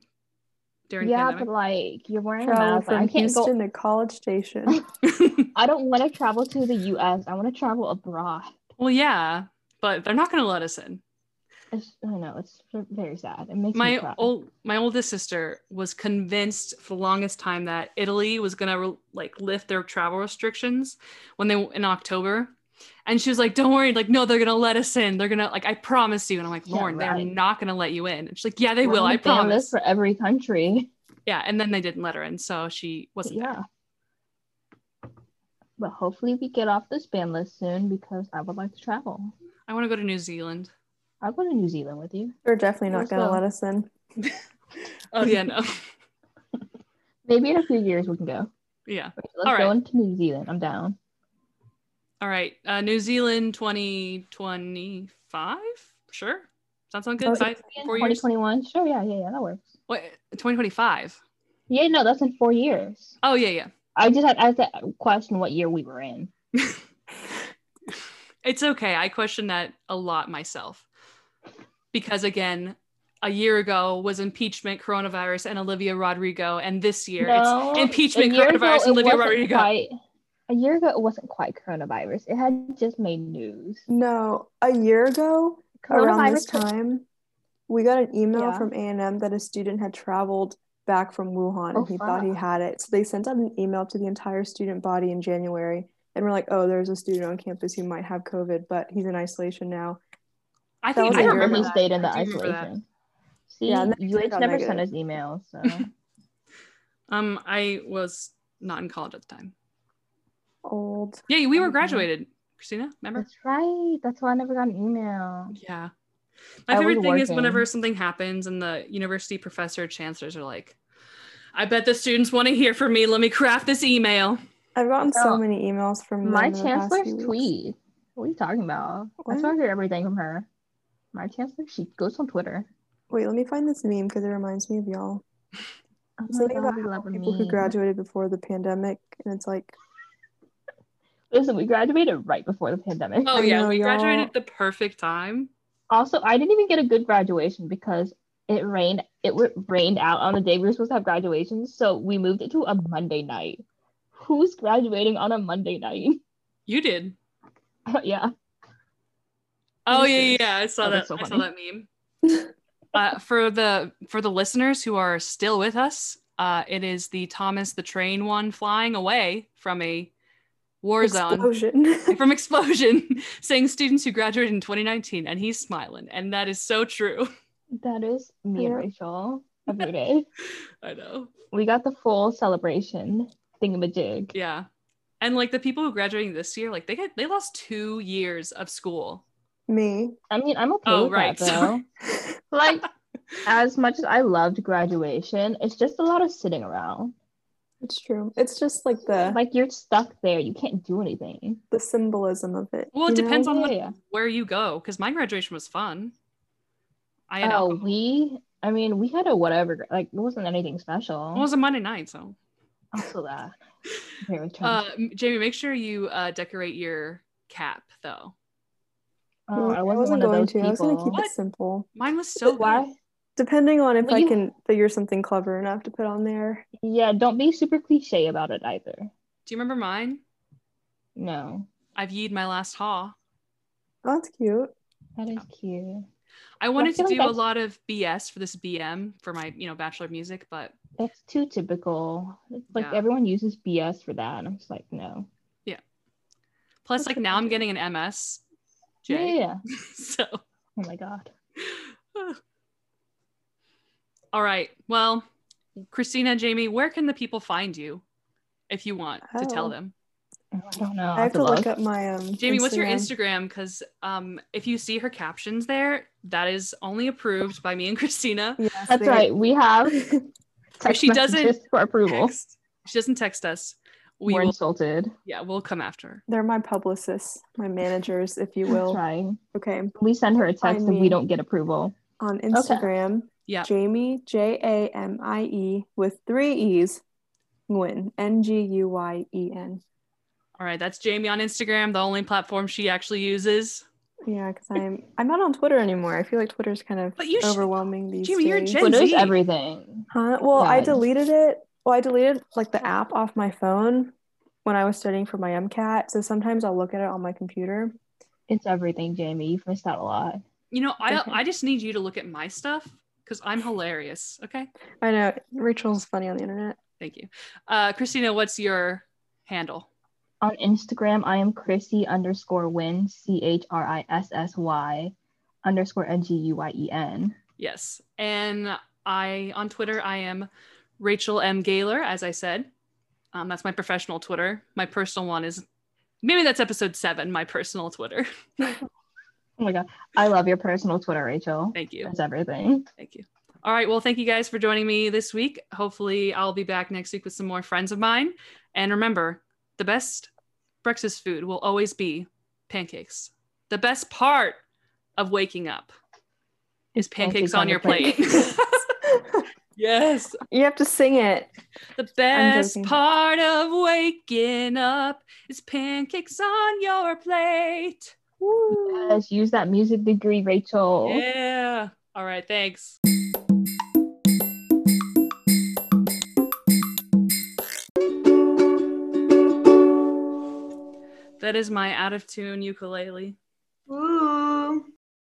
[SPEAKER 2] during
[SPEAKER 1] yeah,
[SPEAKER 2] pandemic.
[SPEAKER 1] but like you're wearing a
[SPEAKER 3] Travel
[SPEAKER 1] mask. like,
[SPEAKER 3] from
[SPEAKER 1] I can't go
[SPEAKER 3] Houston to College Station.
[SPEAKER 1] I don't want to travel to the US. I want to travel abroad.
[SPEAKER 2] well, yeah, but they're not going to let us in.
[SPEAKER 1] It's, I know it's very sad. It makes me
[SPEAKER 2] my
[SPEAKER 1] cry.
[SPEAKER 2] old my oldest sister was convinced for the longest time that Italy was gonna re- like lift their travel restrictions when they in October, and she was like, "Don't worry, like no, they're gonna let us in. They're gonna like I promise you." And I'm like,
[SPEAKER 1] Yeah,
[SPEAKER 2] "Lauren,
[SPEAKER 1] right.
[SPEAKER 2] they're not gonna let you in." And she's like, "Yeah, they
[SPEAKER 1] We're
[SPEAKER 2] will.
[SPEAKER 1] on
[SPEAKER 2] I
[SPEAKER 1] the ban
[SPEAKER 2] promise."
[SPEAKER 1] list for every country.
[SPEAKER 2] yeah, and then they didn't let her in, so she wasn't. there.
[SPEAKER 1] yeah. But hopefully we get off this ban list soon because I would like to travel.
[SPEAKER 2] I want to go to New Zealand.
[SPEAKER 1] I'll go to New Zealand with you.
[SPEAKER 3] They're definitely
[SPEAKER 1] Where's
[SPEAKER 3] not going to
[SPEAKER 1] the-
[SPEAKER 3] let us in.
[SPEAKER 2] Oh yeah, no,
[SPEAKER 1] Maybe in a few years we can go.
[SPEAKER 2] yeah.
[SPEAKER 1] Let's
[SPEAKER 2] All
[SPEAKER 1] go
[SPEAKER 2] right.
[SPEAKER 1] into New Zealand. I'm down.
[SPEAKER 2] All right, uh, New Zealand, twenty twenty five. Sure, sounds sound good.
[SPEAKER 1] Oh,
[SPEAKER 2] Five,
[SPEAKER 1] In
[SPEAKER 2] four years.
[SPEAKER 1] 2021. Sure. Yeah. Yeah. Yeah. That works.
[SPEAKER 2] Twenty twenty five.
[SPEAKER 1] Yeah. No, that's in four years.
[SPEAKER 2] Oh yeah, yeah.
[SPEAKER 1] I just had, I had to question what year we were in.
[SPEAKER 2] It's okay. I question that a lot myself. Because again, a year ago was impeachment, coronavirus, and Olivia Rodrigo. And this year
[SPEAKER 1] No,
[SPEAKER 2] it's impeachment,
[SPEAKER 1] a year ago,
[SPEAKER 2] coronavirus,
[SPEAKER 1] it
[SPEAKER 2] and Olivia
[SPEAKER 1] wasn't
[SPEAKER 2] Rodrigo.
[SPEAKER 1] quite- a year ago, it wasn't quite coronavirus. It had just made news.
[SPEAKER 3] No, a year ago, around this
[SPEAKER 1] Coronavirus.
[SPEAKER 3] time, we got an email
[SPEAKER 1] Yeah.
[SPEAKER 3] from A&M that a student had traveled back from Wuhan
[SPEAKER 1] Oh,
[SPEAKER 3] and he thought he
[SPEAKER 1] fuck.
[SPEAKER 3] had it. So they sent out an email to the entire student body in January and we're like, oh, there's a student on campus who might have COVID, but he's in isolation now.
[SPEAKER 2] I
[SPEAKER 3] That
[SPEAKER 2] think
[SPEAKER 3] was
[SPEAKER 2] I
[SPEAKER 3] a year
[SPEAKER 2] remember
[SPEAKER 1] he
[SPEAKER 3] ago.
[SPEAKER 2] that.
[SPEAKER 1] stayed in the
[SPEAKER 2] I do remember that.
[SPEAKER 1] isolation. See,
[SPEAKER 3] Yeah, and then he
[SPEAKER 1] UH
[SPEAKER 3] got
[SPEAKER 1] never sent
[SPEAKER 3] negative.
[SPEAKER 1] us emails, so
[SPEAKER 2] Um, I was not in college at the time.
[SPEAKER 3] Old.
[SPEAKER 2] Yeah, we were
[SPEAKER 3] Mhm.
[SPEAKER 2] graduated. Christina, remember?
[SPEAKER 1] That's right. That's why I never got an email.
[SPEAKER 2] Yeah. My
[SPEAKER 1] I was
[SPEAKER 2] favorite thing is
[SPEAKER 1] working.
[SPEAKER 2] whenever something happens and the university professor chancellors are like, I bet the students want to hear from me. Let me craft this email.
[SPEAKER 3] I've gotten so
[SPEAKER 1] Girl,
[SPEAKER 3] many emails from them
[SPEAKER 1] My
[SPEAKER 3] in the past
[SPEAKER 1] chancellor's
[SPEAKER 3] few weeks.
[SPEAKER 1] tweet. What are you talking about? That's why I
[SPEAKER 3] What?
[SPEAKER 1] hear everything from her. My chancellor, she goes on Twitter.
[SPEAKER 3] Wait, let me find this meme because it reminds me of y'all.
[SPEAKER 1] Oh
[SPEAKER 3] It's
[SPEAKER 1] my
[SPEAKER 3] like
[SPEAKER 1] God,
[SPEAKER 3] about
[SPEAKER 1] we love a
[SPEAKER 3] People who
[SPEAKER 1] meme.
[SPEAKER 3] graduated before the pandemic, and it's like
[SPEAKER 1] Listen, we graduated right before the pandemic.
[SPEAKER 2] Oh,
[SPEAKER 3] I
[SPEAKER 2] yeah.
[SPEAKER 3] know,
[SPEAKER 2] we graduated
[SPEAKER 3] y'all.
[SPEAKER 2] at the perfect time.
[SPEAKER 1] Also, I didn't even get a good graduation because it rained. It w- rained out on the day we were supposed to have graduations, so we moved it to a Monday night. Who's graduating on a Monday night?
[SPEAKER 2] You did.
[SPEAKER 1] yeah, Yes,
[SPEAKER 2] Oh yeah,
[SPEAKER 1] it
[SPEAKER 2] yeah,
[SPEAKER 1] is.
[SPEAKER 2] yeah. I saw
[SPEAKER 1] Oh,
[SPEAKER 2] that.
[SPEAKER 1] that's so
[SPEAKER 2] I saw that meme. uh, for the for the listeners who are still with us, uh, it is the Thomas the Train one flying away from a war zone
[SPEAKER 3] explosion.
[SPEAKER 2] from explosion, saying students who graduated in 2019, and he's smiling, and that is so true.
[SPEAKER 1] that is me and
[SPEAKER 3] Yeah.
[SPEAKER 1] Rachel every day.
[SPEAKER 2] I know.
[SPEAKER 1] we got the full celebration thingamajig.
[SPEAKER 2] Yeah, and like the people who graduating this year, like they got they lost two years of school.
[SPEAKER 3] me.
[SPEAKER 1] I mean, I'm okay
[SPEAKER 2] Oh,
[SPEAKER 1] with
[SPEAKER 2] right,
[SPEAKER 1] that though. like, as much as I loved graduation, it's just a lot of sitting around.
[SPEAKER 3] It's true. It's just like the
[SPEAKER 1] Like you're stuck there. You can't do anything.
[SPEAKER 3] the symbolism of it.
[SPEAKER 2] Well, it
[SPEAKER 3] you know?
[SPEAKER 2] depends on what,
[SPEAKER 1] Yeah.
[SPEAKER 2] where you go. Because my graduation was fun. I had
[SPEAKER 1] Oh,
[SPEAKER 2] alcohol.
[SPEAKER 1] we. I mean, we had a whatever. gra- Like, it wasn't anything special.
[SPEAKER 2] Well, it was a Monday night, so.
[SPEAKER 1] also that. Very
[SPEAKER 2] Uh,
[SPEAKER 1] traumatic.
[SPEAKER 2] m- Jamie, make sure you uh, decorate your cap, though.
[SPEAKER 1] Oh, I
[SPEAKER 3] I
[SPEAKER 1] wasn't,
[SPEAKER 3] wasn't
[SPEAKER 1] one
[SPEAKER 3] going
[SPEAKER 1] of those
[SPEAKER 3] to. I was gonna
[SPEAKER 1] people.
[SPEAKER 3] keep
[SPEAKER 2] What?
[SPEAKER 3] it simple.
[SPEAKER 2] Mine was so good.
[SPEAKER 1] Why?
[SPEAKER 3] Depending on if
[SPEAKER 1] Well,
[SPEAKER 3] I
[SPEAKER 1] you-
[SPEAKER 3] can figure something clever enough to put on there.
[SPEAKER 1] Yeah, don't be super cliche about it either.
[SPEAKER 2] Do you remember mine?
[SPEAKER 1] No,
[SPEAKER 2] I've yeed my last haw.
[SPEAKER 3] Oh, that's cute.
[SPEAKER 1] that is cute.
[SPEAKER 2] I wanted to
[SPEAKER 1] feel like
[SPEAKER 2] do a
[SPEAKER 1] that's-
[SPEAKER 2] lot of BS for this BM for my, you know, bachelor of music, but
[SPEAKER 1] That's too typical. It's like
[SPEAKER 2] Yeah.
[SPEAKER 1] everyone uses BS for that. and I'm just like, no.
[SPEAKER 2] plus,
[SPEAKER 1] That's
[SPEAKER 2] like
[SPEAKER 1] what
[SPEAKER 2] now
[SPEAKER 1] I
[SPEAKER 2] I'm
[SPEAKER 1] do.
[SPEAKER 2] getting an MS.
[SPEAKER 1] Yeah, yeah,
[SPEAKER 2] J.
[SPEAKER 1] yeah.
[SPEAKER 2] so,
[SPEAKER 1] Oh my god.
[SPEAKER 2] all right. Well, Christina, Jamie, where can the people find you if you want to tell
[SPEAKER 3] Oh.
[SPEAKER 2] them?
[SPEAKER 1] I don't know.
[SPEAKER 3] I have to look up my um.
[SPEAKER 2] Jamie, what's your
[SPEAKER 3] Instagram.
[SPEAKER 2] Instagram? Because um, if you see her captions there, that is only approved by me and Christina.
[SPEAKER 3] Yes,
[SPEAKER 1] That's
[SPEAKER 3] they-
[SPEAKER 1] right. We have text
[SPEAKER 2] she doesn't
[SPEAKER 1] messages for approval.
[SPEAKER 2] Text. She doesn't text us. We
[SPEAKER 1] We are
[SPEAKER 2] will.
[SPEAKER 1] insulted.
[SPEAKER 2] Yeah, we'll come after. her.
[SPEAKER 3] They're my publicists, my managers, if you
[SPEAKER 1] That's
[SPEAKER 3] will.
[SPEAKER 1] right.
[SPEAKER 3] Okay.
[SPEAKER 1] We send her a text if
[SPEAKER 3] me.
[SPEAKER 1] we don't get approval.
[SPEAKER 3] On Instagram,
[SPEAKER 2] Yeah.
[SPEAKER 3] Jamie J A M I E with three E's, Nguyen N G U Y E N.
[SPEAKER 2] All right, that's Jamie on Instagram, the only platform she actually uses.
[SPEAKER 3] Yeah, because I'm I'm not on Twitter anymore. I feel like Twitter's kind of
[SPEAKER 2] But
[SPEAKER 1] Oh,
[SPEAKER 2] you should-
[SPEAKER 3] overwhelming these
[SPEAKER 2] Jamie, you're a
[SPEAKER 3] days.
[SPEAKER 2] Gen
[SPEAKER 1] Twitter's
[SPEAKER 2] Z.
[SPEAKER 1] everything.
[SPEAKER 3] Huh? Well, I
[SPEAKER 1] Yeah.
[SPEAKER 3] deleted it. Well, I deleted like the app off my phone when I was studying for my MCAT. So sometimes I'll look at it on my computer.
[SPEAKER 1] It's everything, Jamie. You've missed out a lot.
[SPEAKER 2] You know, I
[SPEAKER 3] Okay.
[SPEAKER 2] I just need you to look at my stuff because I'm hilarious. Okay,
[SPEAKER 3] I know Rachel's funny on the internet.
[SPEAKER 2] thank you, uh, Christina. What's your handle?
[SPEAKER 1] On Instagram, I am Chrissy underscore win C H R I S S Y underscore N G U Y E N.
[SPEAKER 2] Yes, and I on Twitter I am Rachel M Gaylor, as I said. Um, that's my professional Twitter. My personal one is maybe that's episode seven. My personal Twitter.
[SPEAKER 1] Oh my god. I love your personal Twitter, Rachel.
[SPEAKER 2] Thank you.
[SPEAKER 1] That's everything.
[SPEAKER 2] Thank you. All right. Well, thank you guys for joining me this week. Hopefully, I'll be back next week with some more friends of mine. And remember, the best breakfast food will always be pancakes. The best part of waking up is pancakes, on, your plate. yes.
[SPEAKER 3] You have to sing it.
[SPEAKER 2] The best
[SPEAKER 3] joking.
[SPEAKER 2] part of waking up is pancakes on your plate.
[SPEAKER 3] Woo.
[SPEAKER 1] Yes, use that music degree, Rachel.
[SPEAKER 2] Yeah. All right. Thanks. That is my out of tune ukulele.